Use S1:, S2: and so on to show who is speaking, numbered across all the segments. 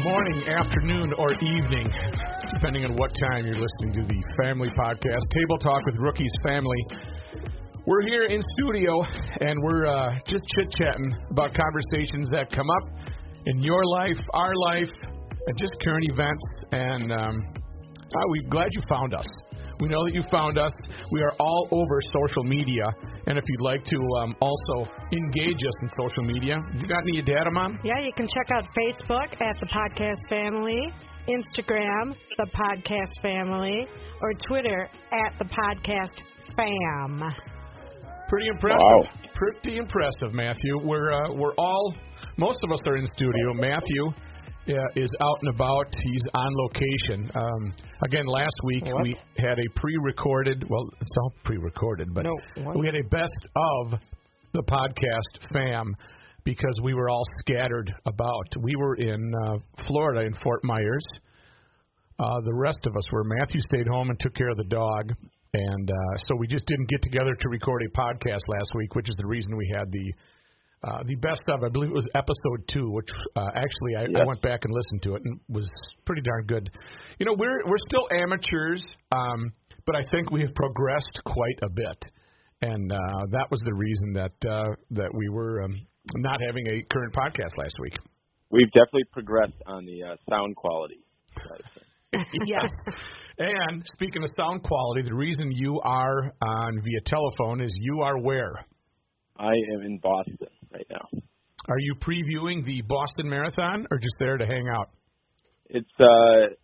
S1: morning, afternoon, or evening, depending on what time you're listening to the Family Podcast, Table Talk with Rookies Family. We're here in studio and we're uh, just chit chatting about conversations that come up in your life, our life, and just current events. And um, ah, we're glad you found us. We know that you found us. We are all over social media. And if you'd like to um, also engage us in social media, you got any data, Mom?
S2: Yeah, you can check out Facebook at the Podcast Family, Instagram, the Podcast Family, or Twitter at the Podcast Fam.
S1: Pretty impressive. Pretty impressive, Matthew. We're uh, we're all most of us are in studio. Matthew uh, is out and about. He's on location. Um, again, last week
S3: What?
S1: we had a pre-recorded. Well, it's all pre-recorded, but
S3: No, what?
S1: we had a best of the podcast fam because we were all scattered about. We were in uh, Florida in Fort Myers. Uh, the rest of us were. Matthew stayed home and took care of the dog. And uh, so we just didn't get together to record a podcast last week, which is the reason we had the uh, the best of. I believe it was episode two, which uh, actually I, I
S3: Yes.
S1: went back and listened to it and was pretty darn good. You know, we're we're still amateurs, um, but I think we have progressed quite a bit, and uh, that was the reason that uh, that we were um, not having a current podcast last week.
S3: We've definitely progressed on the uh, sound quality.
S2: Yes.
S1: And speaking of sound quality, the reason you are on via telephone is you are where?
S3: I am in Boston right now.
S1: Are you previewing the Boston Marathon or just there to hang out?
S3: It's uh,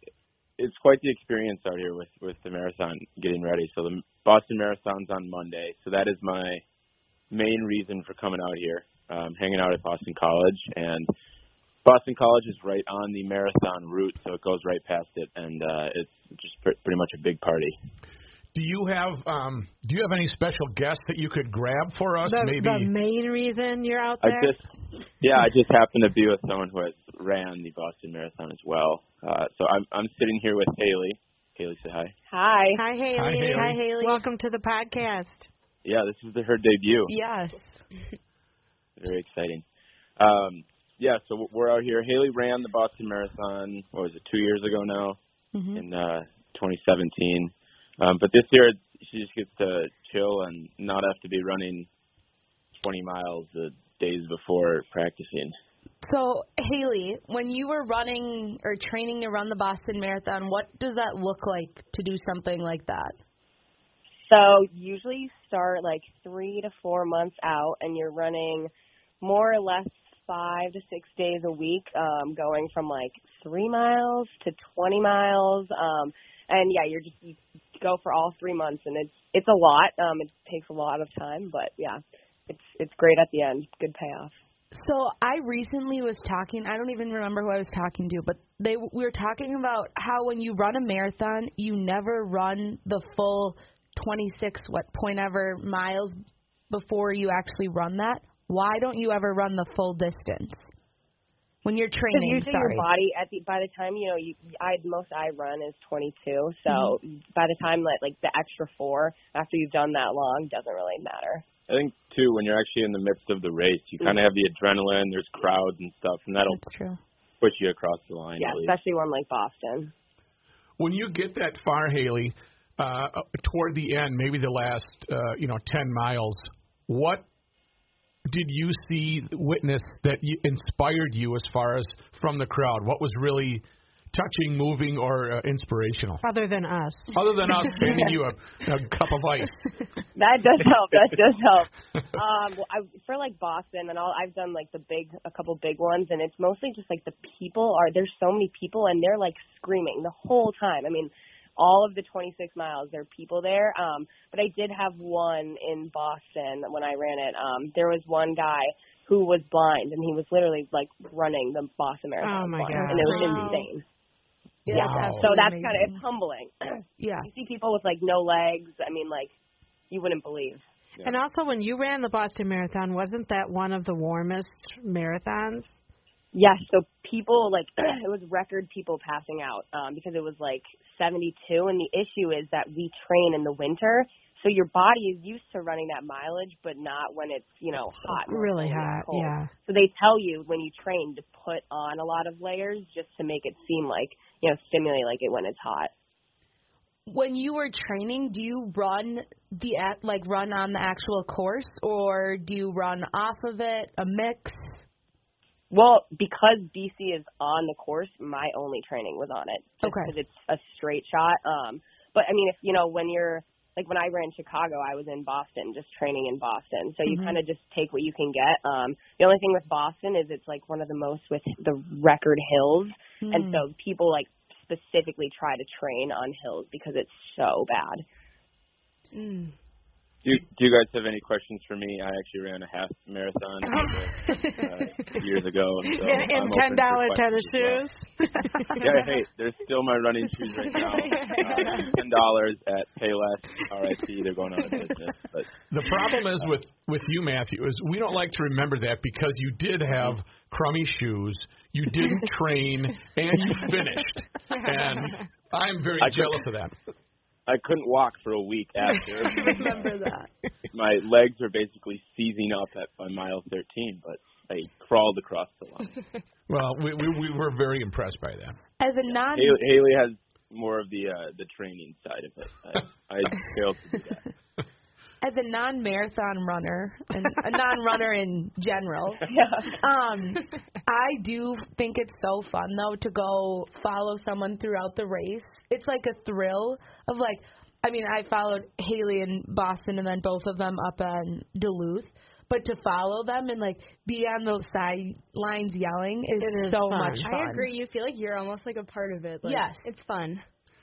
S3: it's quite the experience out here with with the marathon getting ready. So the Boston Marathon's on Monday. So that is my main reason for coming out here. Um, hanging out at Boston College, and Boston College is right on the marathon route, so it goes right past it, and uh, it's just pr- pretty much a big party.
S1: Do you have um, do you have any special guests that you could grab for us?
S2: The,
S1: Maybe
S2: the main reason you're out
S3: I
S2: there.
S3: just, yeah, I just happen to be with someone who has ran the Boston Marathon as well. Uh, so I'm I'm sitting here with Haley. Haley, say hi.
S4: Hi.
S2: Hi, Haley.
S1: Haley. Hi,
S4: Haley.
S2: Welcome to the podcast.
S3: Yeah, this is the, her debut.
S4: Yes.
S3: Very exciting. Um, yeah, so we're out here. Haley ran the Boston Marathon. What was it? Two years ago now,
S4: Mm-hmm.
S3: in uh, 2017. Um, but this year she just gets to chill and not have to be running 20 miles the days before practicing.
S4: So, Haley, when you were running or training to run the Boston Marathon, what does that look like to do something like that?
S5: So usually you start like three to four months out, and you're running more or less five to six days a week, um, going from like three miles to 20 miles. Um, and yeah, you're just you go for all three months, and it's it's a lot. Um, it takes a lot of time, but yeah, it's it's great at the end. Good payoff.
S4: So, I recently was talking, I don't even remember who I was talking to, but they we were talking about how when you run a marathon, you never run the full 26 what point ever miles before you actually run that. Why don't you ever run the full distance? When you're
S5: Because
S4: training,
S5: usually
S4: sorry.
S5: your body at the by the time you know you I most I run is 22, so
S4: Mm-hmm.
S5: by the time that like the extra four after you've done that long doesn't really matter.
S3: I think too, when you're actually in the midst of the race, you
S2: Mm-hmm.
S3: kind of have the adrenaline. There's crowds and stuff, and that'll
S4: That's true.
S3: push you across the line.
S5: Yeah,
S3: at least.
S5: especially one like Boston.
S1: when you get that far, Haley, uh, toward the end, maybe the last uh, you know ten miles, what did you see, witness that you, inspired you as far as from the crowd? What was really touching, moving, or uh, inspirational?
S2: Other than us.
S1: Other than us handing you a, a cup of ice,
S5: That does help. That does help. Um, well, I, for like Boston and all, I've done like the big, a couple big ones, and it's mostly just like the people are. There's so many people, and they're like screaming the whole time. I mean, all of the 26 miles, there are people there. Um, but I did have one in Boston when I ran it. Um, there was one guy who was blind, and he was literally like running the Boston Marathon.
S2: Oh, my
S5: blind,
S2: God.
S5: And it was
S4: Wow.
S5: insane.
S4: Yeah,
S1: Wow.
S5: So that's kind of it's humbling.
S4: yeah.
S5: you see people with like no legs. I mean, like you wouldn't believe.
S2: And also, when you ran the Boston Marathon, wasn't that one of the warmest marathons?
S5: Yes, so people like it was record people passing out um, because it was like 72, and the issue is that we train in the winter, so your body is used to running that mileage, but not when it's you know hot, and
S2: Really
S5: when it's
S2: hot,
S5: cold.
S2: yeah.
S5: So they tell you when you train to put on a lot of layers just to make it seem like you know stimulate like it when it's hot.
S4: When you were training, do you run the act- like run on the actual course, or do you run off of it? A mix.
S5: Well, because BC is on the course, my only training was on it. Just
S4: Okay.
S5: 'cause it's a straight shot. Um, but I mean, if you know, when you're like when I ran Chicago, I was in Boston, just training in Boston. So you
S4: Mhm.
S5: kind of just take what you can get. Um, the only thing with Boston is it's like one of the most with the record hills, and so people like specifically try to train on hills because it's so bad.
S2: Mm.
S3: Do Do you guys have any questions for me? I actually ran a half marathon uh, years ago. So
S2: in in ten
S3: I'm open for
S2: dollar tennis
S3: questions as well.
S2: shoes.
S3: Yeah, hey, they're still my running shoes right now. Uh, Ten dollars at Payless. RIP, they're going out of business. But
S1: The problem is with with you, Matthew, is we don't like to remember that because you did have crummy shoes, you didn't train, and you finished. And I'm very
S3: I could-
S1: jealous of that.
S3: I couldn't walk for a week after.
S4: Remember that.
S3: my legs were basically seizing up at by mile 13, but I crawled across the line.
S1: Well, we we, we were very impressed by that.
S4: As a non,
S3: Haley, Haley has more of the uh, the training side of it. I, I failed to do that.
S4: as a non-marathon runner and a non-runner in general, um, I do think it's so fun though to go follow someone throughout the race. It's like a thrill of like, I mean, I followed Haley in Boston and then both of them up in Duluth. But to follow them and like be on the sidelines yelling is,
S2: It is
S4: so
S2: fun.
S4: much fun.
S6: I agree. You feel like you're almost like a part of it. Like,
S4: Yes.
S6: It's fun.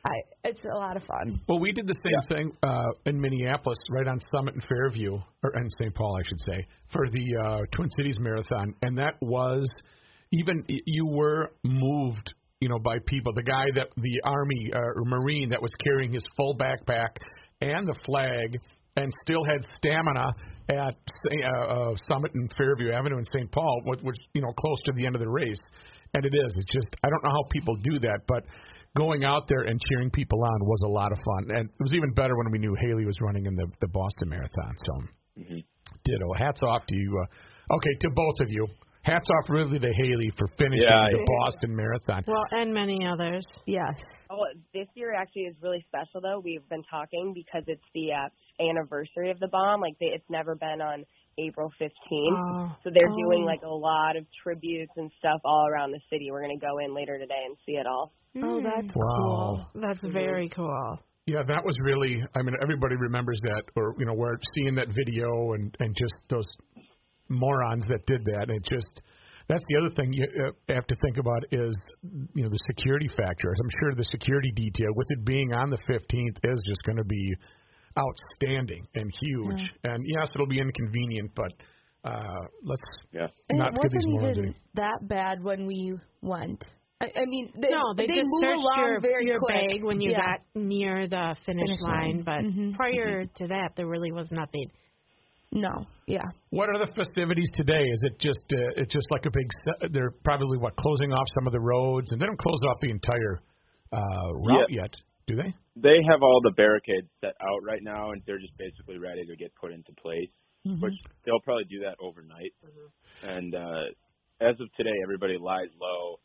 S4: I, it's a lot of fun.
S1: Well, we did the same thing uh, in Minneapolis, right on Summit and Fairview, or in St. Paul, I should say, for the uh, Twin Cities Marathon, and that was even y- you were moved, you know, by people. The guy that the Army uh, or Marine that was carrying his full backpack and the flag, and still had stamina at Sa- uh, uh, Summit and Fairview Avenue in St. Paul, which, which you know, close to the end of the race, and it is. It's just I don't know how people do that, but going out there and cheering people on was a lot of fun, and it was even better when we knew Haley was running in the the Boston Marathon. So, ditto. Hats off to you. Uh, okay, to both of you. Hats off really to Haley for finishing
S3: Yeah,
S1: the
S3: yeah.
S1: Boston Marathon.
S2: Well, and many others.
S4: Yes.
S5: Oh, this year actually is really special though. We've been talking because it's the uh, anniversary of the bomb. Like they, it's never been on April 15th.
S2: Oh.
S5: So they're doing
S2: Oh.
S5: like a lot of tributes and stuff all around the city. We're gonna go in later today and see it all.
S4: Mm.
S2: Oh, that's
S1: Wow.
S2: cool. That's very cool.
S1: Yeah, that was really. I mean, everybody remembers that, or you know, we're seeing that video and and just those morons that did that. And it just that's the other thing you uh, have to think about is you know the security factor. I'm sure the security detail with it being on the 15th is just going to be outstanding and huge. And yes, it'll be inconvenient, but uh let's
S3: Yeah.
S4: And
S1: not give
S4: it wasn't
S1: these morons
S4: even
S1: any.
S4: that bad when we went. I, I mean, they,
S2: No, they, just
S4: move
S2: searched
S4: along
S2: your,
S4: very
S2: your
S4: quick.
S2: bag when you
S4: yeah.
S2: got near the finish,
S4: Finish
S2: line,
S4: line.
S2: but
S4: Mhm.
S2: prior to that, there really was nothing.
S4: No, yeah,
S1: What are the festivities today? Is it just uh, it's just like a big? se- They're probably what closing off some of the roads, and they don't close off the entire uh, route yet, do they?
S3: They have all the barricades set out right now, and they're just basically ready to get put into place, which they'll probably do that overnight. And uh, as of today, everybody lies low.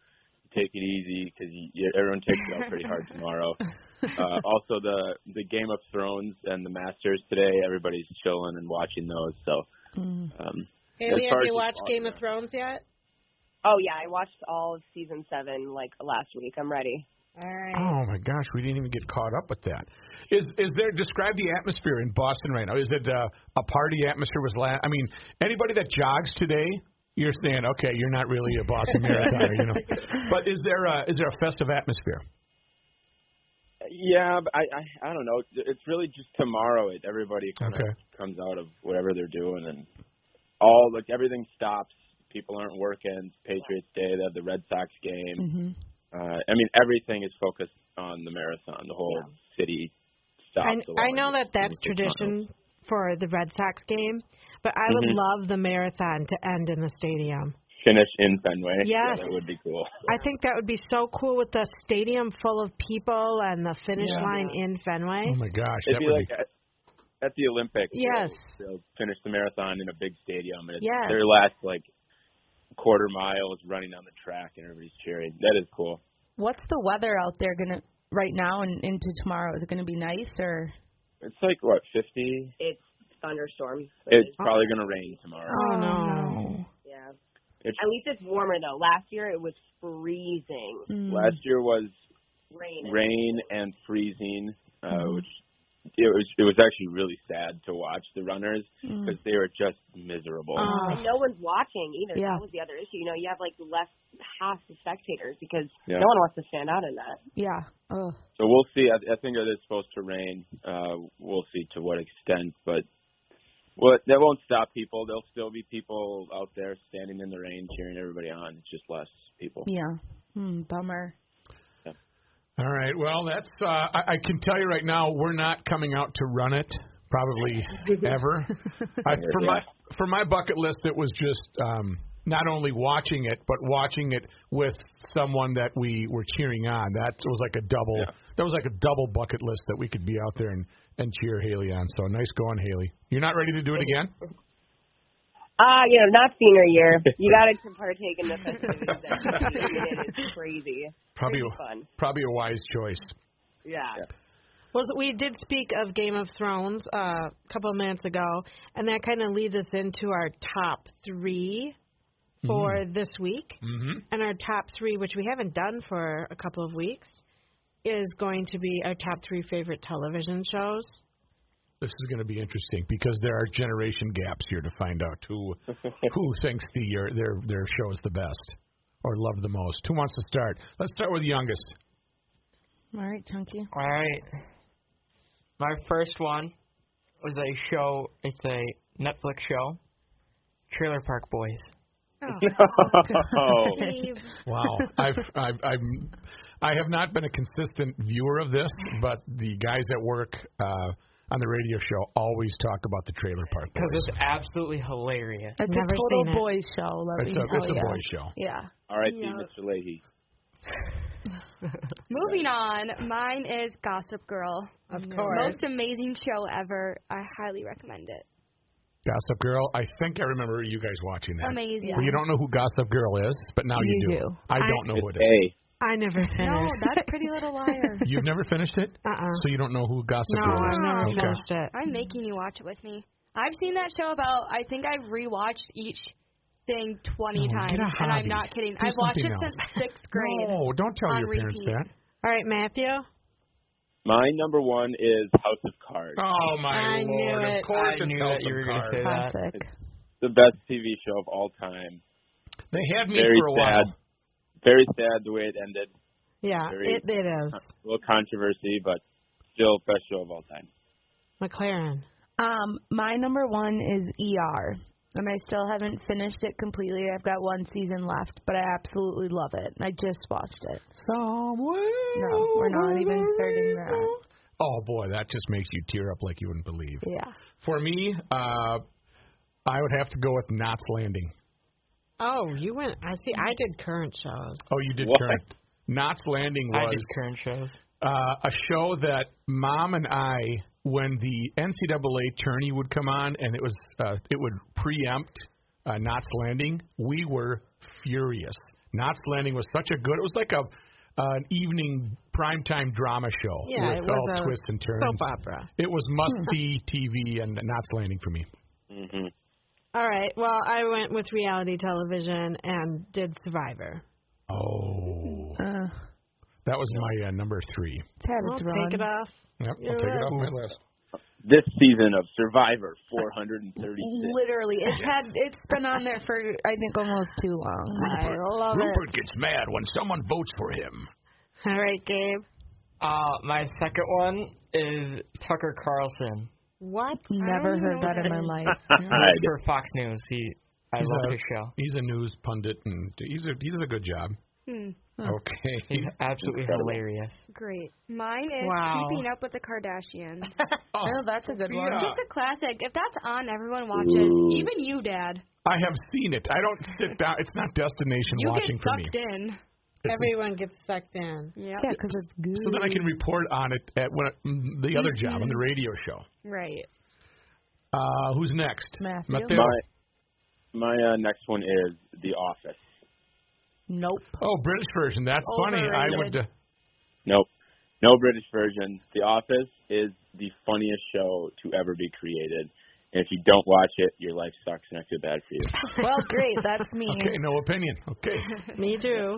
S3: Take it easy because everyone takes it out pretty hard tomorrow. Uh, also, the the Game of Thrones and the Masters today. Everybody's chilling and watching those. So,
S4: Mm-hmm.
S3: um, as far as just walking around-
S2: Thrones yet?
S5: Oh yeah, I watched all of season seven like last week. I'm ready.
S2: All right.
S1: Oh my gosh, we didn't even get caught up with that. Is is there describe the atmosphere in Boston right now? Is it uh, a party atmosphere? Was la I mean, anybody that jogs today, you're saying okay, you're not really a Boston marathoner, you know. But is there a, is there a festive atmosphere?
S3: Yeah, but I, I I don't know. It's really just tomorrow. It everybody kind of
S1: Okay.
S3: comes out of whatever they're doing, and all like everything stops. People aren't working. It's Patriots Day. They have the Red Sox game.
S4: Mm.
S3: Uh, I mean, everything is focused on the marathon. The whole city stops.
S2: I,
S3: along
S2: I know
S3: with-
S2: that that's
S3: with the
S2: tradition
S3: Mm-hmm.
S2: for the Red Sox game, but I would love the marathon to end in the stadium.
S3: finish in Fenway.
S2: Yes.
S3: Yeah, that would be cool.
S2: I think that would be so cool with the stadium full of people and the finish
S3: Yeah. Mm-hmm.
S2: line in Fenway.
S1: Oh my gosh,
S3: It'd
S1: that
S3: be
S1: would
S3: like
S1: be
S3: at, at the Olympics.
S2: Yes.
S3: They'll, they'll finish the marathon in a big stadium, and it's
S2: Yes.
S3: their last like quarter mile is running down the track, and everybody's cheering. That is cool.
S4: What's the weather out there gonna right now and into tomorrow? Is it gonna be nice or?
S3: It's like what fifty.
S5: It's thunderstorms. so
S3: It's
S5: it's-
S3: probably gonna rain tomorrow.
S2: Oh, no.
S5: yeah.
S3: It's
S5: At least it's warmer though. Last year it was freezing
S4: Mm.
S3: last year was
S5: rain.
S3: rain and freezing, uh,
S4: Mhm.
S3: which it was it was actually really sad to watch the runners
S4: Mm.
S3: because they were just miserable.
S2: Oh.
S5: And Um, no one's watching either.
S4: Yeah.
S5: That was the other issue. You know, you have like less half the spectators because
S3: Yeah.
S5: no one wants to stand out in that.
S4: Yeah. Oh.
S3: So we'll see. I, I think it is supposed to rain. Uh, we'll see to what extent, but well, that won't stop people. There'll still be people out there standing in the rain cheering everybody on. It's just less people.
S4: Yeah. Hmm, bummer.
S1: All right. Well, that's. Uh, I, I can tell you right now, we're not coming out to run it probably ever. I, for my for my bucket list, it was just um, not only watching it, but watching it with someone that we were cheering on. That was like a double. That was like a double bucket list that we could be out there and and cheer Haley on. So nice going, Haley. You're not ready to do it again.
S5: Ah, you know, not senior year. You got to partake in the festivities. That it is crazy.
S1: Probably
S5: Pretty
S1: a-
S5: fun.
S1: probably a wise choice.
S5: Yeah.
S2: Well, we did speak of Game of Thrones uh, a couple of minutes ago, and that kind of leads us into our top three for this week.
S1: Mm-hmm.
S2: And our top three, which we haven't done for a couple of weeks, is going to be our top three favorite television shows.
S1: This is going to be interesting because there are generation gaps here to find out who who thinks the your, their their show is the best or loved the most. Who wants to start? Let's start with the youngest.
S4: All right, Chunky.
S7: All right. My first one was a show. It's a Netflix show, Trailer Park Boys.
S3: Oh,
S1: Wow, I've, I've I'm I have not been a consistent viewer of this, but the guys at work uh, on the radio show always talk about the Trailer Park
S7: Because
S1: Boys.
S7: it's absolutely hilarious.
S4: It's
S2: Never
S4: a total
S2: seen it.
S4: boys show. Let
S1: It's
S4: me
S1: a
S4: tell
S1: it's a
S4: ya.
S1: boy show.
S4: Yeah.
S3: R.I.P.
S6: Yeah.
S3: Mr. Leahy.
S6: Moving on, mine is Gossip Girl.
S2: Of
S4: Mm-hmm.
S2: course.
S6: Most amazing show ever. I highly recommend it.
S1: Gossip Girl. I think I remember you guys watching that.
S6: Amazing.
S1: Well, you don't know who Gossip Girl is, but now you,
S4: You
S1: do.
S4: do.
S1: I don't know who it
S3: It's
S1: is.
S3: A.
S2: I never finished.
S6: No, that's Pretty Little Liar.
S1: You've never finished it,
S2: Uh-uh.
S1: so you don't know who Gossip
S2: No,
S1: Girl is.
S2: I've never
S1: okay.
S2: finished it.
S6: I'm making you watch it with me. I've seen that show about. I think I've rewatched each thing 20
S1: No,
S6: times,
S1: get a
S6: and
S1: hobby.
S6: I'm not kidding.
S1: Do
S6: I've watched it
S1: something
S6: since sixth grade.
S1: No, don't tell
S6: on
S1: your parents
S6: repeat.
S1: that.
S2: All right, Matthew.
S3: My number one is House of Cards.
S1: Oh my
S2: I knew
S1: lord!
S2: it.
S1: Of course,
S7: I
S1: it's
S7: knew
S1: House
S7: that you
S1: of
S7: were
S1: Cards.
S7: gonna say that.
S4: Classic.
S3: The best TV show of all time.
S1: They had me
S3: Very
S1: for a
S3: sad.
S1: while.
S3: Very sad the way it ended.
S2: Yeah,
S3: Very-
S2: it, it is.
S3: A little controversy, but still best show of all time.
S2: McLaren.
S4: Um, my number one is ER, and I still haven't finished it completely. I've got one season left, but I absolutely love it. I just watched it. No, we're not even starting that.
S1: Oh boy, that just makes you tear up like you wouldn't believe.
S4: Yeah.
S1: For me, uh, I would have to go with Knots Landing.
S2: Oh, you went. I see. I did current shows.
S1: Oh, you did
S3: What?
S1: current. Knots Landing
S7: I
S1: was
S7: did current shows.
S1: uh, a show that mom and I, when the NCAA tourney would come on and it was uh, it would preempt uh, Knots Landing, we were furious. Knots Landing was such a good. It was like a an evening primetime drama show
S2: Yeah,
S1: with
S2: it was
S1: all
S2: a
S1: twists and turns.
S2: Soap opera.
S1: It was must see TV and Knots Landing for me.
S3: hmm
S2: All right. Well, I went with reality television and did Survivor.
S1: Oh,
S4: Uh,
S1: that was my uh, number three.
S4: it's had
S2: I'll
S4: its run.
S2: take it off.
S1: Yep,
S2: You're
S1: I'll take
S2: right.
S1: it off my list.
S3: This season of Survivor 436.
S4: Literally, it's had it's been on there for I think almost too long.
S2: I love it.
S1: gets mad when someone votes for him.
S2: All right, Gabe.
S7: Uh, my second one is Tucker Carlson.
S2: What?
S4: Never heard that in my life.
S7: He works for Fox News. He, I
S1: He's
S7: love
S1: a-
S7: his show.
S1: He's a news pundit, and he's a, he does a good job.
S6: Hmm.
S1: Okay.
S7: He's absolutely
S3: Incredible.
S7: hilarious.
S6: Great. Mine is
S7: Wow.
S6: keeping up with the Kardashians.
S1: Oh,
S4: Oh, that's a good one.
S1: Yeah.
S6: Just a classic. If that's on, everyone watches.
S3: Ooh.
S6: Even you, Dad.
S1: I have seen it. I don't sit down. It's not destination
S6: You
S1: watching
S6: get
S1: for me.
S6: sucked in.
S1: It's-
S2: Everyone gets sucked in.
S6: Yeah.
S4: Yeah, because it's good.
S1: so then I can report on it at when mm, the other job on the radio show.
S6: Right.
S1: Uh, who's next?
S4: Matthew.
S3: My my uh, next one is The Office.
S4: Nope.
S1: Oh, British version. That's funny. I would. Uh,
S3: Nope. No British version. The Office is the funniest show to ever be created. And if you don't watch it, your life sucks and I feel bad for you.
S4: Well, great. That's me.
S1: okay, no opinion. Okay.
S2: Me too.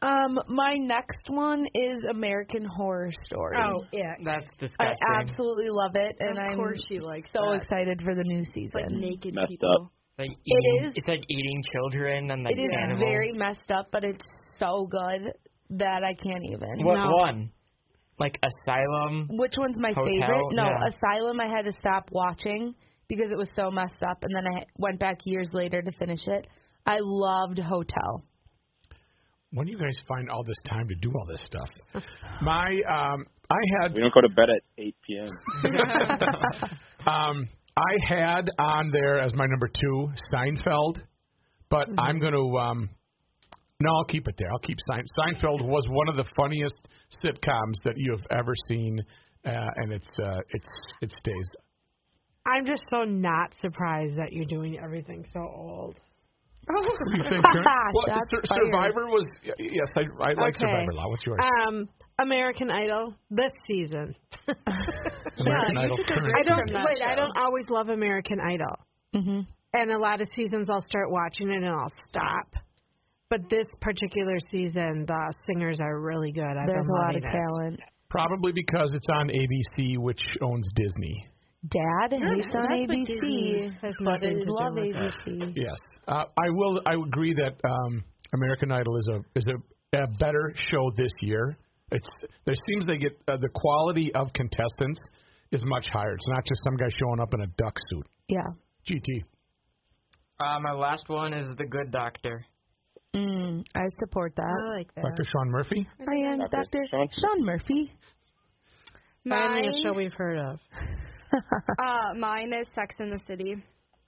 S4: Um, my next one is American Horror Story.
S2: Oh, yeah.
S7: That's
S4: I
S7: disgusting.
S4: absolutely love it, and
S6: Of
S4: I'm
S6: course she likes
S4: so
S6: that.
S4: excited for the new
S6: Like
S4: season.
S6: naked
S3: Messed
S6: people.
S7: like eating,
S4: is-
S7: It's like eating children and like
S4: it is
S7: animals.
S4: very messed up, but it's so good that I can't even.
S7: What
S2: No.
S7: one? Like asylum.
S4: Which one's my
S7: Hotel?
S4: favorite? No,
S7: Yeah.
S4: Asylum. I had to stop watching because it was so messed up, and then I went back years later to finish it. I loved Hotel.
S1: When do you guys find all this time to do all this stuff? My, um, I had
S3: We don't go to bed at 8 p.m.
S1: Um, I had on there as my number two Seinfeld, but I'm going to. Um, no, I'll keep it there. I'll keep Sein- Seinfeld was one of the funniest sitcoms that you have ever seen, uh, and it's uh, it's it stays.
S2: I'm just so not surprised that you're doing everything so old.
S1: You think,
S2: Haha,
S1: well,
S4: shots
S1: Sur-
S4: fired.
S1: Survivor was y- yes, I, I like
S2: Okay.
S1: Survivor a lot. What's yours?
S2: Um, American Idol this season.
S1: American
S6: you
S1: Idol.
S6: took a
S1: current
S6: break
S2: I don't
S1: season.
S6: that
S2: wait. I
S6: show.
S2: don't always love American Idol, Mm-hmm.
S4: hmm
S2: and a lot of seasons I'll start watching it and I'll stop. But this particular season, the singers are really good. I've
S4: There's
S2: been
S4: a lot
S2: loving
S4: of
S2: it.
S4: talent.
S1: Probably because it's on ABC, which owns Disney.
S4: Dad hates on
S2: that's what
S4: ABC,
S2: Disney has
S4: but
S2: nothing
S4: I
S2: to do
S4: love
S2: with
S4: ABC.
S1: Yes, uh, I will. I agree that um, American Idol is a is a, a better show this year. It's there seems they get uh, the quality of contestants is much higher. It's not just some guy showing up in a duck suit.
S4: Yeah.
S1: GT.
S7: Uh, my last one is the Good Doctor.
S4: Mm, I support that.
S2: I like that.
S1: Dr. Sean Murphy.
S2: Uh,
S4: I am
S3: Dr.
S4: Dr.
S3: Sean?
S4: Sean Murphy.
S2: Finally, a show
S6: Mine,
S2: we've heard of.
S6: uh, mine is Sex in the City.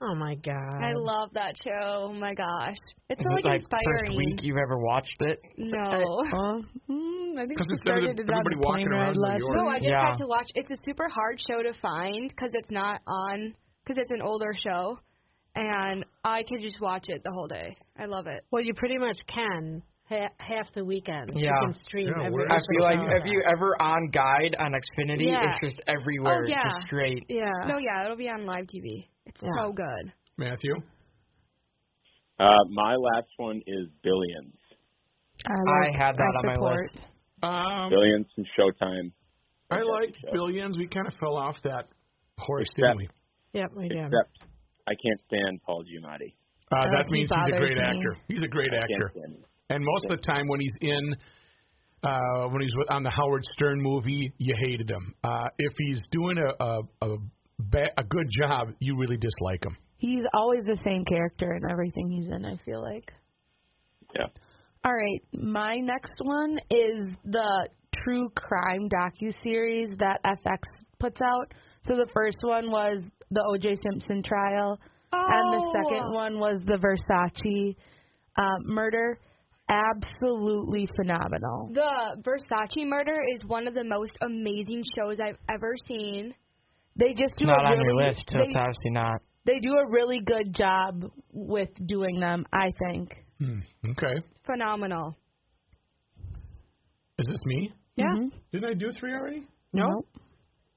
S2: Oh my god.
S6: I love that show. Oh my gosh. It's so
S7: Um, Is it,
S6: like,
S7: like
S6: inspiring.
S7: first week Oh, you've ever watched it?
S6: No.
S4: Uh, mm, I think
S1: 'Cause instead
S4: we
S1: of
S4: started it on
S1: everybody
S4: the
S1: walking
S4: plane ride
S1: around New
S4: last
S1: York.
S6: No, I just
S7: Yeah.
S6: had to watch. It's a super hard show to find because it's not on because it's an older show, and I could just watch it the whole day. I love it.
S2: Well, you pretty much can ha- half the weekend. You
S7: Yeah.
S2: can stream
S1: Yeah,
S2: every.
S1: where-
S7: I
S1: That's
S7: feel
S2: episode.
S7: like have you ever on Guide on Xfinity?
S6: Yeah.
S7: It's just everywhere.
S6: Oh, yeah.
S7: It's just straight.
S2: Yeah.
S6: No, yeah, it'll be on live TV. It's so good.
S1: Matthew.
S3: Uh, my last one is Billions.
S7: I
S4: like-
S7: had that
S4: I
S7: on my
S4: support.
S7: list.
S1: Um,
S3: Billions from Showtime.
S1: I like
S3: Fantastic show.
S1: Billions. We kind of fell off that horse, didn't
S3: Except-
S1: we?
S2: Yep, we do.
S3: Except I can't stand Paul Giamatti.
S1: Uh, that
S4: he
S1: means he's a
S4: bothers
S1: great
S4: me.
S1: actor. He's a great
S3: I can't
S1: actor.
S3: stand him.
S1: And most of the time when he's in, uh, when he's on the Howard Stern movie, you hated him. Uh, if he's doing a a, a, ba- a good job, you really dislike him.
S4: He's always the same character in everything he's in, I feel like.
S3: Yeah.
S4: All right, my next one is the true crime docu series that FX puts out. So the first one was the O.J. Simpson trial, and the second one was the Versace uh, murder. Absolutely phenomenal.
S6: The Versace murder is one of the most amazing shows I've ever seen.
S4: They just do
S7: It's not
S4: a
S7: on
S4: really,
S7: your list, so
S4: they,
S7: it's obviously not.
S4: they do a really good job with doing them, I think.
S1: Hmm. Okay.
S6: Phenomenal.
S1: Is this me?
S6: Yeah.
S1: Didn't I do three already?
S4: No.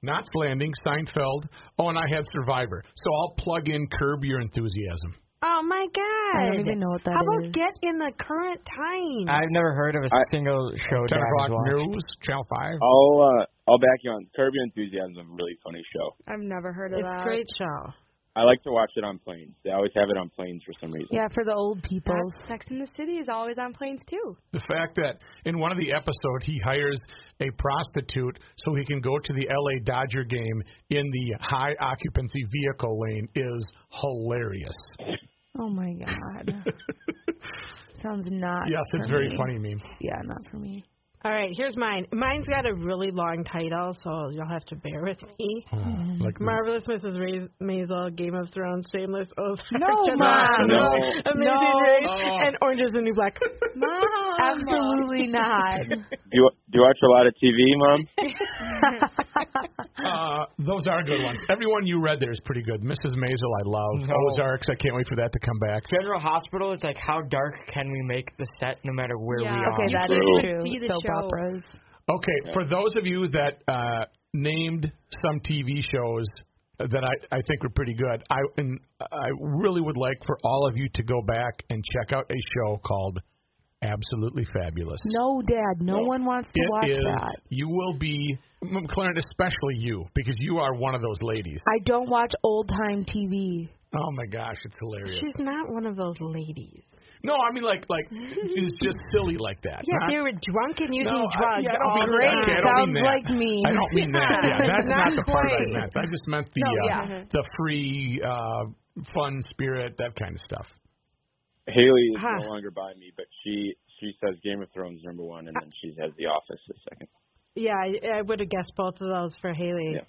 S1: Knots Landing, Seinfeld. Oh, and I had Survivor. So I'll plug in Curb Your Enthusiasm.
S2: Oh my god.
S4: I don't even know what that
S2: How about
S4: is.
S2: get in the current time?
S7: I've never heard of a
S3: I-
S7: single show
S1: Ten
S7: that I've
S1: o'clock
S7: watched.
S1: news, Channel Five.
S3: I'll uh, I'll back you on. Curb Your Enthusiasm is a really funny show.
S6: I've never heard of
S2: it's
S6: that.
S2: a great show.
S3: I like to watch it on planes. They always have it on planes for some reason.
S4: Yeah, for the old people.
S6: That's- Sex in the City is always on planes too.
S1: The fact that in one of the episodes he hires a prostitute so he can go to the LA Dodger game in the high occupancy vehicle lane is hilarious.
S4: Oh my god. sounds not.
S1: Yes, it's
S4: for
S1: very
S4: me.
S1: funny meme.
S4: Yeah, not for me.
S2: All right, here's mine. Mine's got a really long title, so you'll have to bear with me.
S1: like the-
S2: Marvelous Mrs. Rais- Maisel, Game of Thrones, Shameless, Ozark,
S4: No,
S2: Jessica
S4: Mom.
S2: Jones,
S3: No.
S2: Amazing
S4: No.
S2: Race,
S1: Oh.
S2: and Orange is the New Black. Oh,
S6: Mom.
S4: Absolutely not.
S3: Do you, do you watch a lot of TV, Mom?
S1: Uh, those are good ones. Everyone you read there is pretty good. Mrs. Maisel, I love.
S7: No.
S1: Ozarks, I can't wait for that to come back.
S7: General Hospital is like, how dark can we make the set no matter where
S6: Yeah.
S7: we are?
S4: Okay, that is
S3: True.
S4: true.
S6: See the
S4: Soap
S6: show.
S4: operas.
S1: Okay, for those of you that uh, named some TV shows that I, I think were pretty good, I and I really would like for all of you to go back and check out a show called Absolutely Fabulous.
S4: No, Dad. No one wants to
S1: It
S4: watch
S1: is-
S4: that.
S1: You will be, M- Clarence, especially you, because you are one of those ladies.
S4: I don't watch old time TV.
S1: Oh my gosh, it's hilarious.
S2: She's not one of those ladies.
S1: No, I mean like like it's just silly like that.
S2: Yeah,
S1: Not-
S2: they were drunk and using
S1: no, I,
S2: drugs
S1: yeah, I don't
S2: all
S1: mean,
S2: the
S1: okay, I
S2: time.
S1: don't
S4: Sounds
S1: mean that.
S4: like me.
S1: I don't mean that. Yeah, that's not,
S2: Not
S1: the part I
S2: quite.
S1: meant. I just meant the
S4: No,
S1: uh,
S4: yeah.
S1: the free uh, fun spirit, that kind of stuff.
S3: Haley is
S2: Huh.
S3: no longer by me, but she she says Game of Thrones number one, and then she says The Office the second.
S2: Yeah, I, I would have guessed both of those for Haley.
S3: Yeah.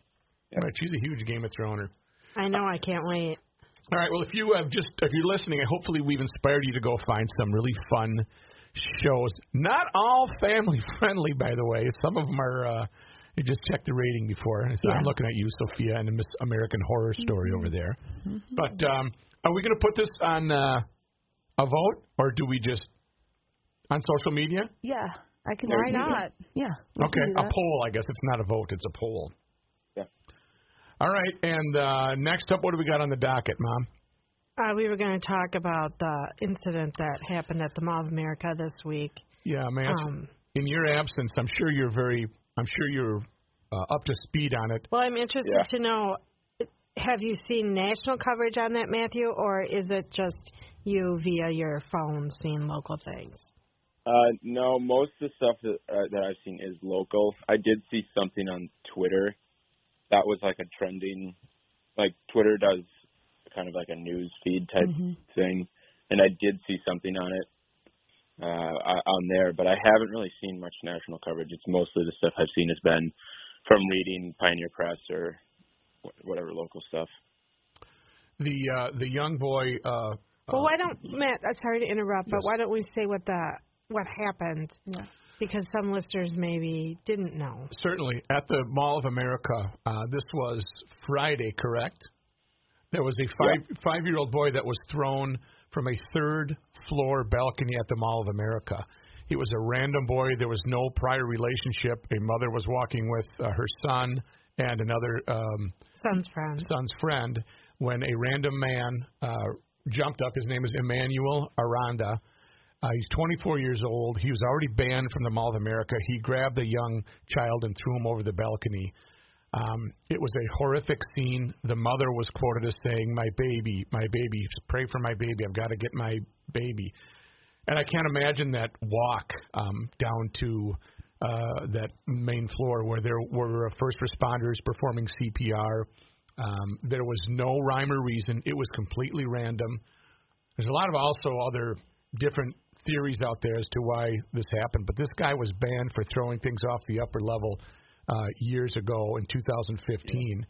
S3: Yeah.
S1: Right, she's a huge Game of Throner.
S2: I know, I can't wait.
S1: All right. Well, if you have just if you're listening, hopefully we've inspired you to go find some really fun shows. Not all family friendly, by the way. Some of them are. Uh, you just check the rating before. So I'm looking at you, Sophia, and Miss American Horror Story over
S4: Mm-hmm.
S1: there. But um, are we going to put this on uh, a vote, or do we just on social media?
S4: Yeah, I can.
S6: Why not?
S4: Yeah. we
S1: Okay,
S4: can do
S1: a
S4: that.
S1: poll. I guess it's not a vote; it's a poll.
S3: Yeah.
S1: All right, and uh, next up, what do we got on the docket, Mom?
S2: Uh, we were going to talk about the incident that happened at the Mall of America this week.
S1: Yeah, man.
S2: Um,
S1: in your absence, I'm sure you're very, I'm sure you're uh, up to speed on it.
S2: well, I'm interested
S3: Yeah.
S2: to know have you seen national coverage on that, Matthew, or is it just you via your phone seeing local things?
S3: Uh, no, most of the stuff that, uh, that I've seen is local. I did see something on Twitter that was like a trending, like Twitter does kind of like a news feed type thing, and I did see something on it uh, o- on there, but I haven't really seen much national coverage. It's mostly the stuff I've seen has been from reading Pioneer Press or wh- whatever local stuff.
S1: The uh, the young boy, uh,
S2: Well, why don't Matt? I'm sorry to interrupt, but why don't we say what the what happened?
S4: Yeah.
S2: Because some listeners maybe didn't know.
S1: certainly at the Mall of America. Uh, this was Friday, correct? There was a five five year old boy that was thrown from a third floor balcony at the Mall of America. He was a random boy. There was no prior relationship. A mother was walking with uh, her son and another um,
S2: Son's friend.
S1: son's friend when a random man uh, jumped up. His name is Emmanuel Aranda. Uh, he's 24 years old. He was already banned from the Mall of America. He grabbed a young child and threw him over the balcony. Um, it was a horrific scene. The mother was quoted as saying, "My baby, my baby, just pray for my baby. I've got to get my baby." And I can't imagine that walk um, down to uh, that main floor where there were first responders performing CPR. Um, there was no rhyme or reason. It was completely random. There's a lot of also other different theories out there as to why this happened, but this guy was banned for throwing things off the upper level uh, years ago in 2015,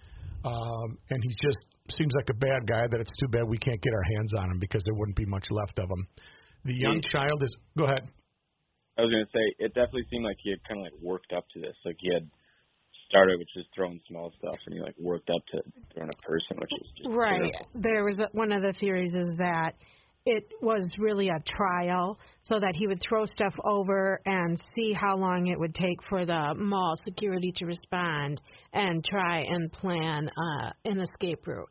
S1: um, and he just seems like a bad guy. That it's too bad we can't get our hands on him because there wouldn't be much left of him. The young child is. Go ahead.
S3: I was gonna say it definitely seemed like he had kind of like worked up to this. Like he had started with just throwing small stuff, and he like worked up to throwing a person, which is just
S2: Right.
S3: terrible.
S2: There was a, one of the theories is that it was really a trial so that he would throw stuff over and see how long it would take for the mall security to respond and try and plan uh, an escape route.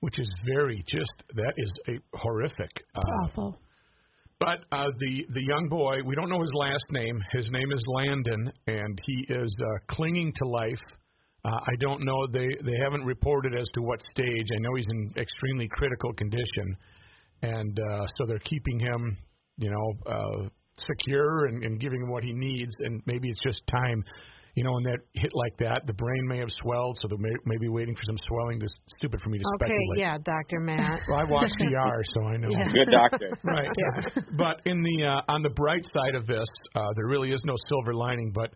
S1: which is very just that is a horrific. Uh,
S4: Awful.
S1: but uh, the the young boy, we don't know his last name. His name is Landon, and he is uh, clinging to life. Uh, I don't know. They they haven't reported as to what stage. I know he's in extremely critical condition, and uh, so they're keeping him, you know, uh, secure and, and giving him what he needs. And maybe it's just time. You know, and that hit like that, the brain may have swelled, so they're may, maybe waiting for some swelling. It's stupid for me to
S2: Okay,
S1: speculate.
S2: yeah, Dr. Matt.
S1: Well, I watched ER, so I know.
S3: Good doctor.
S1: Right. But in the uh, on the bright side of this, uh, there really is no silver lining. But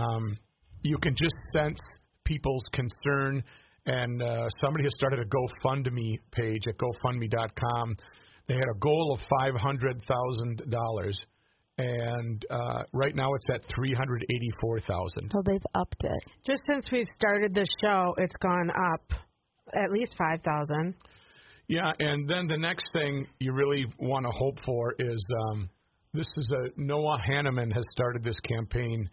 S1: um, you can just sense people's concern, and uh, somebody has started a GoFundMe page at GoFundMe.com. They had a goal of five hundred thousand dollars, and uh, right now it's at three hundred eighty-four thousand.
S4: Well, they've upped it.
S2: Just since we've started the show, it's gone up at least 5,000.
S1: Yeah, and then the next thing you really want to hope for is um, this is a Noah Hanneman has started this campaign.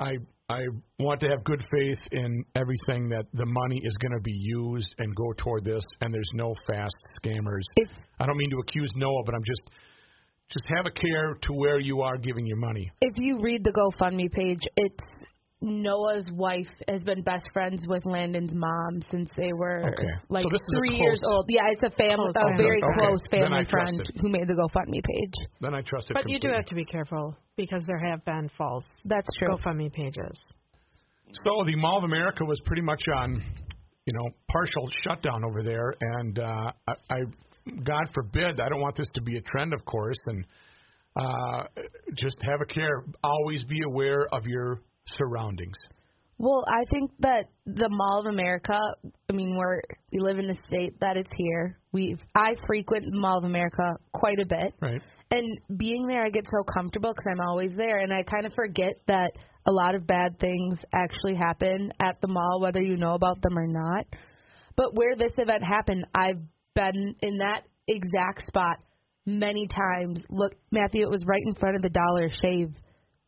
S1: I I want to have good faith in everything that the money is going to be used and go toward this, and there's no fast scammers.
S4: It's
S1: I don't mean to accuse Noah, but I'm just just have a care to where you are giving your money.
S4: if you read the GoFundMe page, it's Noah's wife has been best friends with Landon's mom since they were
S1: Okay.
S4: like
S1: So this is a
S4: three
S1: close-
S4: years old. Yeah, it's a family,
S2: Close
S4: a
S2: family.
S4: very
S1: Okay.
S4: close
S1: Then I
S4: family
S1: trust
S4: friend
S1: it.
S4: who made the GoFundMe page.
S1: Then I trust it.
S2: But you do
S1: completely.
S2: have to be careful because there have been false
S4: That's true.
S2: GoFundMe pages.
S1: So the Mall of America was pretty much on, you know, partial shutdown over there, and uh, I, I, God forbid, I don't want this to be a trend, of course, and uh, just have a care. Always be aware of your surroundings.
S4: Well, I think that the Mall of America. I mean, we're we live in a state that it's here. We I frequent the Mall of America quite a bit.
S1: Right.
S4: And being there, I get so comfortable because I'm always there, and I kind of forget that a lot of bad things actually happen at the mall, whether you know about them or not. But where this event happened, I've been in that exact spot many times. Look, Matthew, it was right in front of the Dollar Shave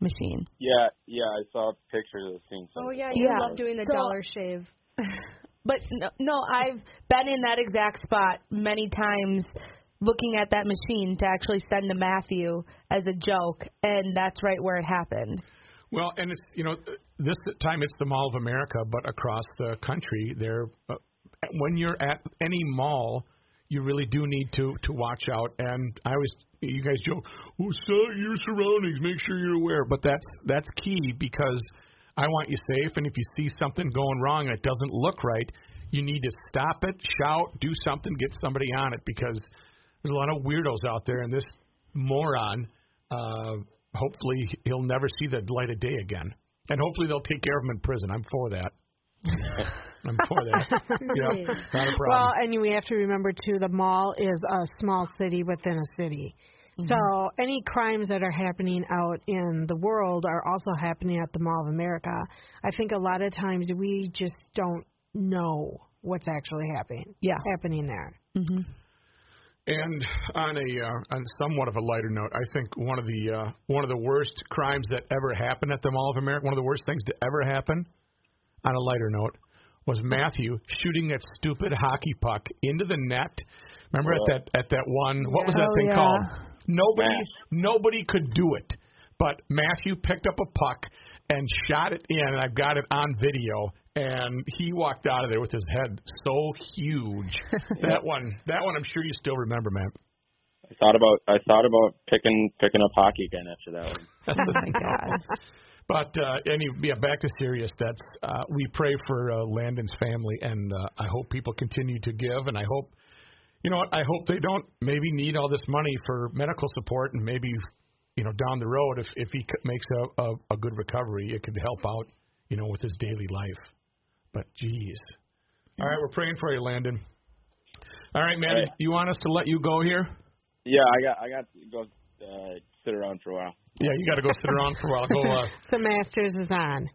S4: machine.
S3: Yeah, yeah, I saw pictures of seeing some.
S6: Oh yeah, you
S4: Yeah.
S6: love doing the
S4: So-
S6: dollar shave.
S4: But no, no, I've been in that exact spot many times looking at that machine to actually send to Matthew as a joke, and that's right where it happened.
S1: Well, and it's you know this time it's the Mall of America, but across the country, there. Uh, when you're at any mall, you really do need to to watch out. And I always, you guys joke, well, study your surroundings, make sure you're aware. But that's that's key because I want you safe. And if you see something going wrong and it doesn't look right, you need to stop it, shout, do something, get somebody on it because there's a lot of weirdos out there, and this moron. Uh, hopefully, he'll never see the light of day again. And hopefully, they'll take care of him in prison. I'm for that. I'm for that. yeah, not a problem.
S2: Well, and we have to remember too, the mall is a small city within a city.
S1: Mm-hmm.
S2: So any crimes that are happening out in the world are also happening at the Mall of America. I think a lot of times we just don't know what's actually happening.
S4: Yeah.
S2: happening there.
S1: And on a uh, on somewhat of a lighter note, I think one of the uh, one of the worst crimes that ever happened at the Mall of America, one of the worst things to ever happen, on a lighter note, was Matthew shooting that stupid hockey puck into the net. Remember
S3: Yeah.
S1: at that at that one, what was
S4: Yeah.
S1: that
S4: Oh,
S1: thing
S4: yeah.
S1: called? Nobody
S3: Mash.
S1: nobody could do it, but Matthew picked up a puck and shot it in, and I've got it on video. And he walked out of there with his head so huge. that one, that one, I'm sure you still remember, man.
S3: I thought about I thought about picking picking up hockey again after that one.
S4: Oh my god.
S1: But uh, any yeah, back to serious. That's uh, we pray for uh, Landon's family, and uh, I hope people continue to give, and I hope you know what I hope they don't maybe need all this money for medical support, and maybe you know down the road if if he c- makes a, a a good recovery, it could help out you know with his daily life. But geez, all right, we're praying for you, Landon. All right, man,
S3: All right.
S1: you want us to let you go here?
S3: Yeah, I got I got to go uh, sit around for a while.
S1: Yeah, you got to go sit around for a while. Go. Uh,
S2: The Masters is on.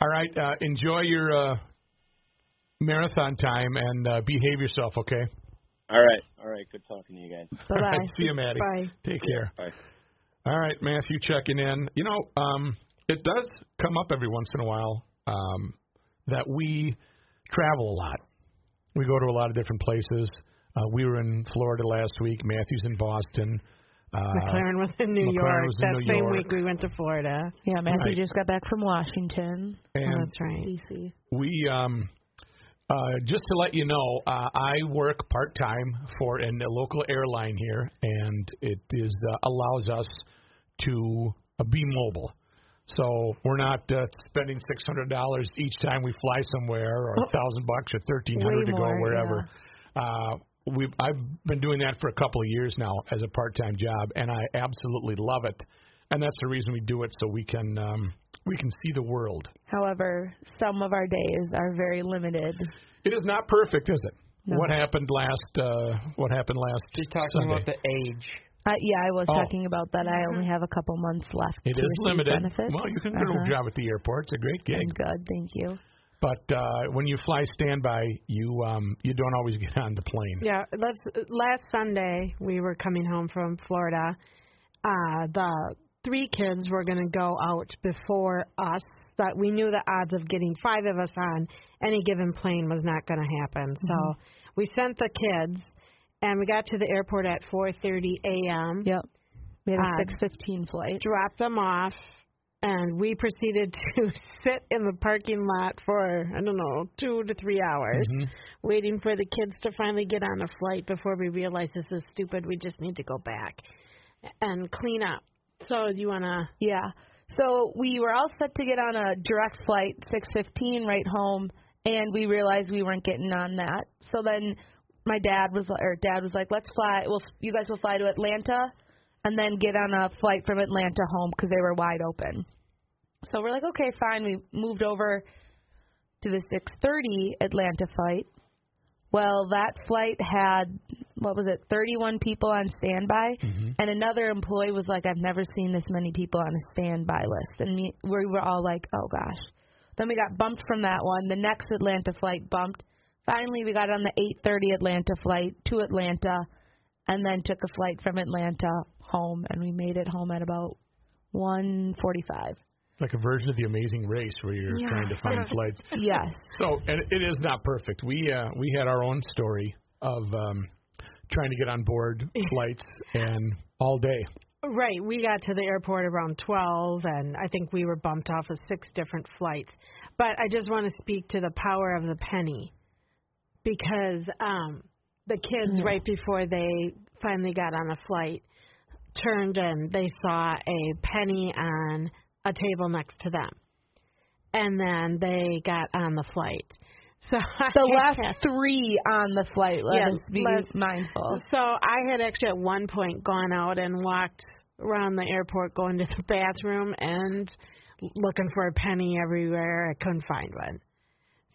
S1: All right. Uh, enjoy your uh, marathon time and uh, behave yourself, okay?
S3: All right, all right. Good talking to you guys.
S4: Bye
S1: All
S4: bye.
S1: right, see you, Maddie.
S2: Bye.
S1: Take care.
S3: Bye.
S1: All right, Matthew checking in. You know, um, it does come up every once in a while um, that we travel a lot. We go to a lot of different places. Uh, we were in Florida last week. Matthew's in Boston. Uh,
S2: McLaren was in New
S1: McLaren
S2: York.
S1: was in
S2: That
S1: New
S2: same
S1: York.
S2: week we went to Florida.
S4: Yeah, Matthew
S1: Right.
S4: just got back from Washington,
S2: Oh,
S1: and
S2: that's right.
S4: DC.
S1: we um uh just to let you know uh, i work part time for an, a local airline here and it is uh, allows us to uh, be mobile So we're not uh, spending six hundred dollars each time we fly somewhere, or a thousand bucks, or thirteen hundred to
S2: Oh. Way
S1: go
S2: more,
S1: wherever. Uh, we I've been doing that for a couple of years now as a part-time job, and I absolutely love it. And that's the reason we do it, so we can um, we can see the world.
S4: However, some of our days are very limited.
S1: It is not perfect, is it? What happened last? Uh, what happened last?
S7: She's talking
S1: Sunday?
S7: about the age.
S4: Uh, yeah, I was
S1: Oh.
S4: talking about that. I only have a couple months left.
S1: It
S4: to
S1: is
S4: receive
S1: limited.
S4: Benefits.
S1: Well, you can do
S4: uh-huh.
S1: a job at the airport. It's a great gig.
S4: I'm good, thank you.
S1: But uh, when you fly standby, you um, you don't always get on the plane.
S2: Yeah, last last Sunday we were coming home from Florida. Uh the three kids were going to go out before us. That we knew the odds of getting five of us on any given plane was not going to happen. So we sent the kids and we got to the airport at 4:30 a.m.
S4: Yep. We had a
S2: Um,
S4: 6:15 flight.
S2: Dropped them off and we proceeded to sit in the parking lot for I don't know, 2 to 3 hours waiting for the kids to finally get on a flight before we realize this is stupid. We just need to go back and clean up. So you want to
S4: Yeah. So we were all set to get on a direct flight, 6:15, right home, and we realized we weren't getting on that. So then my dad was, or dad was like, "Let's fly. Well, you guys will fly to Atlanta, and then get on a flight from Atlanta home because they were wide open." So we're like, "Okay, fine." We moved over to the 6:30 Atlanta flight. Well, that flight had what was it, 31 people on standby, and another employee was like, "I've never seen this many people on a standby list," and me, we were all like, "Oh gosh." Then we got bumped from that one. The next Atlanta flight bumped. Finally, we got on the 8:30 Atlanta flight to Atlanta, and then took a flight from Atlanta home, and we made it home at about 1:45.
S1: It's like a version of the Amazing Race where you're trying to find flights.
S4: Yes.
S1: So, and it is not perfect. We uh, we had our own story of um, trying to get on board flights and all day.
S2: Right. We got to the airport around 12, and I think we were bumped off of six different flights. But I just want to speak to the power of the penny because um, the kids,
S4: Mm-hmm.
S2: right before they finally got on a flight, turned and they saw a penny on a table next to them. And then they got on the flight. So
S4: The last three on the flight. Let
S2: Yes,
S4: us be
S2: let's-
S4: mindful.
S2: So I had actually at one point gone out and walked around the airport going to the bathroom and looking for a penny everywhere. I couldn't find one.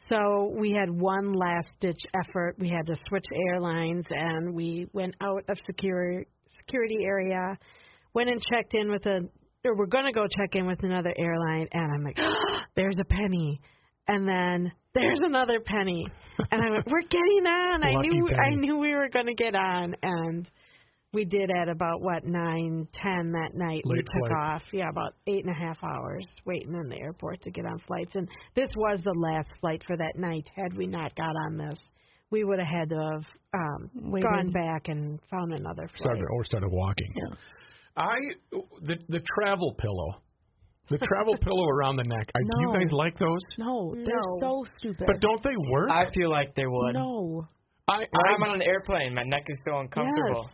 S2: So we had one last ditch effort. We had to switch airlines and we went out of secure security area, went and checked in with a or we're gonna go check in with another airline and I'm like, There's a penny and then there's another penny and I went, We're getting on. I
S1: Lucky
S2: knew I
S1: penny.
S2: knew we were gonna get on and we did at about what nine ten that night we
S1: Late
S2: took
S1: flight.
S2: off yeah about eight and a half hours waiting in the airport to get on flights and this was the last flight for that night had we not got on this we would have had to have um
S4: Waited.
S2: gone back and found another flight
S1: Started or started walking. I the the travel pillow, the travel pillow around the neck. I, Do you
S4: No.
S1: guys like those?
S4: No, they're
S2: No.
S4: so stupid.
S1: But don't they work?
S7: I feel like they would.
S4: no.
S1: I,
S7: When I'm
S1: I
S7: on an airplane, my neck is so uncomfortable.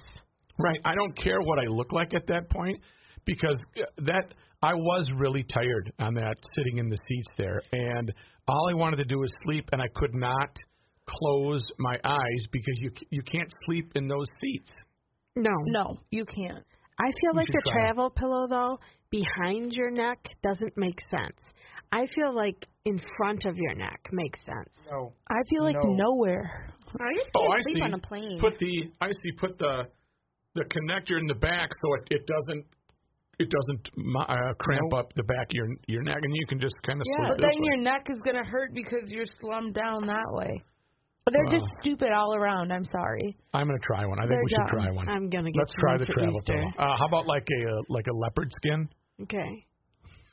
S1: Right. I don't care what I look like at that point because uh, that I was really tired on that sitting in the seats there and all I wanted to do was sleep and I could not close my eyes because you you can't sleep in those seats.
S2: no
S4: No, you can't.
S2: i feel like
S1: should
S2: the
S1: try it.
S2: travel pillow though behind your neck doesn't make sense i feel like in front of your neck makes sense
S7: No.
S4: I feel like
S7: No.
S4: nowhere.
S6: I just
S1: Oh,
S6: can't
S1: I
S6: sleep
S1: see.
S6: on a plane.
S1: Put the I see put the the connector in the back so it, it doesn't it doesn't mo- uh, cramp up the back of your your neck and you can just kind of
S4: Yeah,
S1: sleep
S4: but
S1: this
S4: then
S1: way.
S4: your neck is gonna hurt because you're slummed down that way. But they're just stupid all around. I'm sorry.
S1: I'm going to try one. I think
S4: They're
S1: we should
S4: dumb.
S1: try one.
S2: i'm gonna get
S1: Let's try
S2: one
S1: the
S2: for
S1: travel
S2: Easter.
S1: pillow. Uh, how about like a uh, like a leopard skin?
S2: okay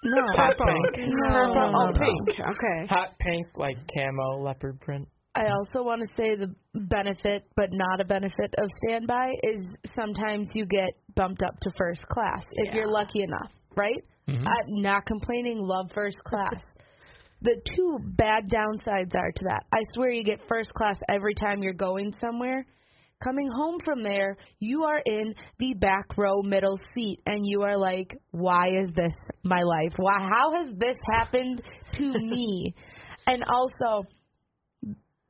S4: No,
S7: Purple.
S4: pink. No,
S2: Purple.
S4: no,
S2: Oh,
S4: no.
S2: pink. Okay.
S7: Hot pink, like camo leopard print.
S4: I also want to say the benefit, but not a benefit of standby is sometimes you get bumped up to first class if you're lucky enough, right? I'm not complaining. Love first class. the two bad downsides are to that. I swear you get first class every time you're going somewhere. Coming home from there, you are in the back row middle seat, and you are like, why is this my life? Why, how has this happened to me? And also,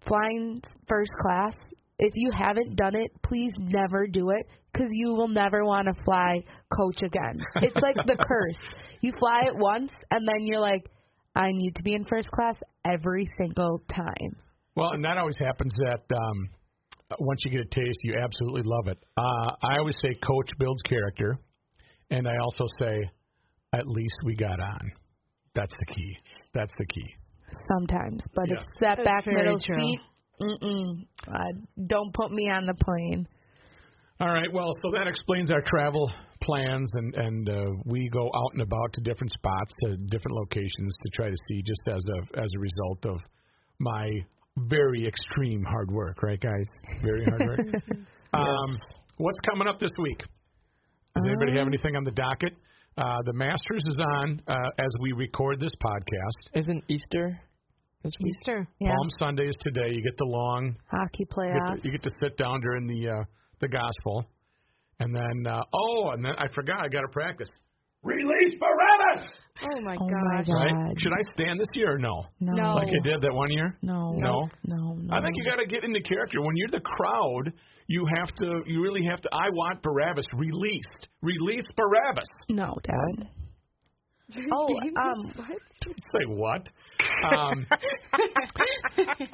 S4: flying first class, if you haven't done it, please never do it because you will never want to fly coach again. It's like the curse. You fly it once, and then you're like, I need to be in first class every single time.
S1: Well, and that always happens that um, once you get a taste, you absolutely love it. Uh, I always say coach builds character, and I also say at least we got on. That's the key. That's the key.
S4: sometimes, but
S1: Yeah.
S4: it's that
S2: That's
S4: back
S2: very
S4: middle
S2: true.
S4: seat. Mm-mm. God, don't put me on the plane.
S1: All right. Well, so that explains our travel plans, and and uh, we go out and about to different spots, to different locations, to try to see just as a as a result of my very extreme hard work, right, guys? Very hard work. um, what's coming up this week? Does anybody have anything on the docket? Uh, the Masters is on uh, as we record this podcast.
S7: Isn't Easter this week?
S2: Easter.
S4: Yeah,
S1: Palm Sunday is today. You get the long
S4: hockey
S1: you get
S4: playoffs.
S1: to, you get to sit down during the uh, the gospel, and then uh, oh, and then I forgot I got to practice. Release Barabbas,
S6: Oh
S4: oh my
S6: my gosh.
S4: God.
S1: right? Should I stand this year or no?
S4: No.
S1: Like I did that one year.
S4: No.
S1: No.
S4: No. No.
S1: I think you got to get into character. When you're the crowd, you have to. You really have to. I want Barabbas released. Release Barabbas.
S4: No, Dad. Oh, um,
S1: Say what? Um,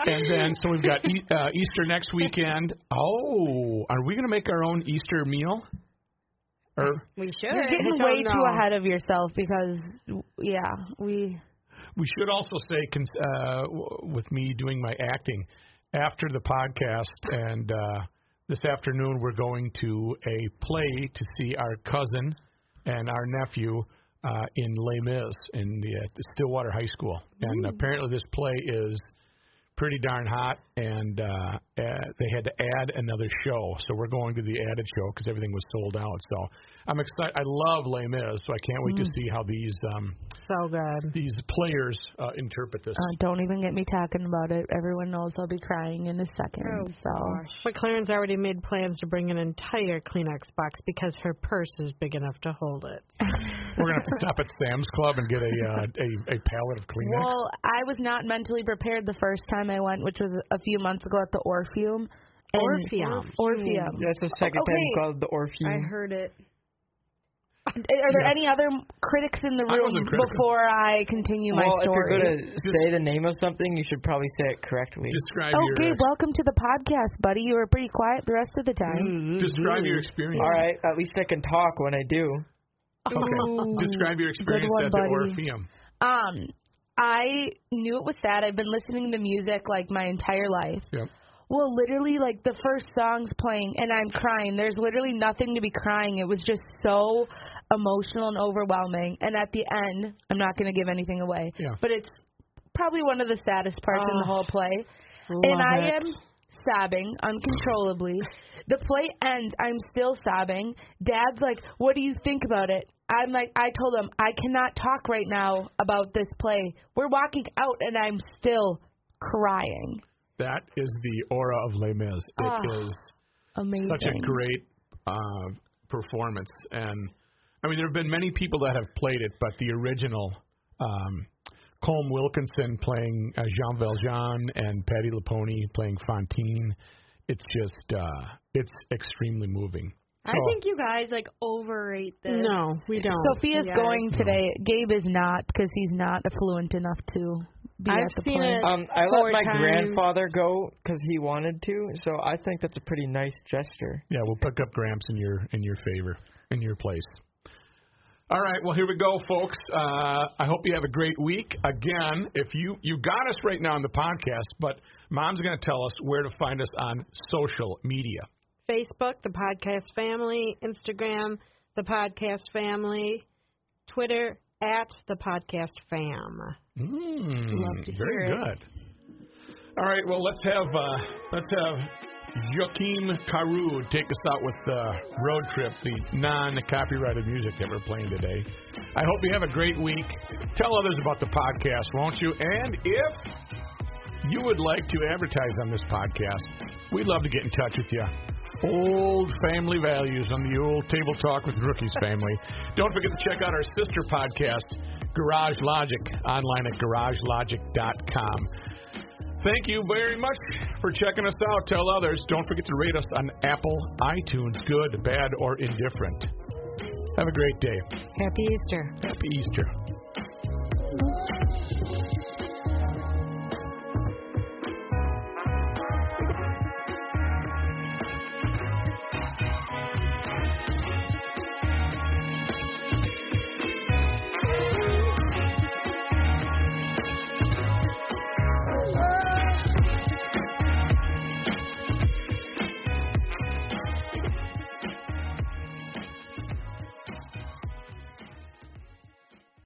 S1: and then so we've got e- uh, Easter next weekend. Oh, are we going to make our own Easter meal? Or
S6: We should.
S4: you're
S2: I
S4: getting
S2: don't
S4: way too
S2: know.
S4: ahead of yourself because, yeah, we.
S1: We should also say, cons- uh, w- with me doing my acting, after the podcast and uh, this afternoon, we're going to a play to see our cousin and our nephew uh, in Les Mis in the uh, Stillwater High School. And apparently, this play is pretty darn hot, and uh, uh, they had to add another show. So we're going to the added show because everything was sold out. So I'm excited. I love Les Mis, so I can't wait to see how these. Um,
S2: So good.
S1: these players uh, interpret this.
S4: Uh, don't even get me talking about it. Everyone knows I'll be crying in a second. so
S2: But Clarence already made plans to bring an entire Kleenex box because her purse is big enough to hold it.
S1: We're gonna have to stop at Sam's Club and get a uh, a, a pallet of Kleenex.
S4: Well, I was not mentally prepared the first time I went, which was a few months ago at the Orpheum. And-
S2: Orpheum.
S4: Orpheum.
S7: That's the second
S4: Okay.
S7: time called the Orpheum.
S6: I heard it.
S4: eh, Are there any other critics in the
S1: I
S4: room
S1: wasn't critical.
S4: before I continue my
S7: well,
S4: story?
S7: if you're gonna say the name of something, you should probably say it correctly.
S1: describe
S4: okay,
S1: your
S4: Oh, welcome to the podcast, buddy. You were pretty quiet the rest of the time.
S1: mm, describe your experience.
S7: All right, at least I can talk when I do.
S1: Okay. Describe your experience
S4: one,
S1: at
S4: buddy.
S1: the Orpheum.
S4: Um, I knew it was sad. I've been listening to music like my entire life.
S1: Yep.
S4: Well, literally, like the first song's playing, and I'm crying. There's literally nothing to be crying. It was just so emotional and overwhelming. And at the end, I'm not going to give anything away,
S1: Yeah.
S4: but it's probably one of the saddest parts in the whole play. And I
S2: it.
S4: am sobbing uncontrollably. The play ends. I'm still sobbing. Dad's like, "What do you think about it?" I'm like, I told him I cannot talk right now about this play. We're walking out, and I'm still crying.
S1: That is the aura of Les Mis. It is
S4: Ah, Amazing.
S1: such a great uh, performance, and I mean there have been many people that have played it, but the original. Um, Colm Wilkinson playing uh, Jean Valjean and Patty Lapone playing Fantine. It's just, uh, it's extremely moving.
S6: I think you guys like overrate this.
S2: No, we don't.
S4: Sophia's
S6: Yes.
S4: going today. Gabe is not because he's not affluent enough to be
S2: I've
S4: at the
S2: seen
S4: play.
S2: it.
S7: Um, I
S2: Four
S7: let my
S2: times.
S7: grandfather go because he wanted to, so I think that's a pretty nice gesture.
S1: Yeah, we'll pick up Gramps in your in your favor, in your place. All right, well here we go, folks. Uh, I hope you have a great week. Again, if you you got us right now on the podcast, but Mom's going to tell us where to find us on social media.
S2: Facebook, the podcast family, Instagram, the podcast family, Twitter, at the podcast fam.
S1: Mm,
S2: Love to
S1: very
S2: hear it.
S1: good. All right, well let's have uh, let's have Joaquin Caru take us out with the road trip, the non-copyrighted music that we're playing today. I hope you have a great week. Tell others about the podcast, won't you? And if you would like to advertise on this podcast, we'd love to get in touch with you. old family values on the old table talk with rookies family. Don't forget to check out our sister podcast, Garage Logic, online at garagelogic.com. Thank you very much for checking us out. Tell others. Don't forget to rate us on Apple, iTunes, good, bad, or indifferent. Have a great day.
S2: Happy Easter.
S1: Happy Easter.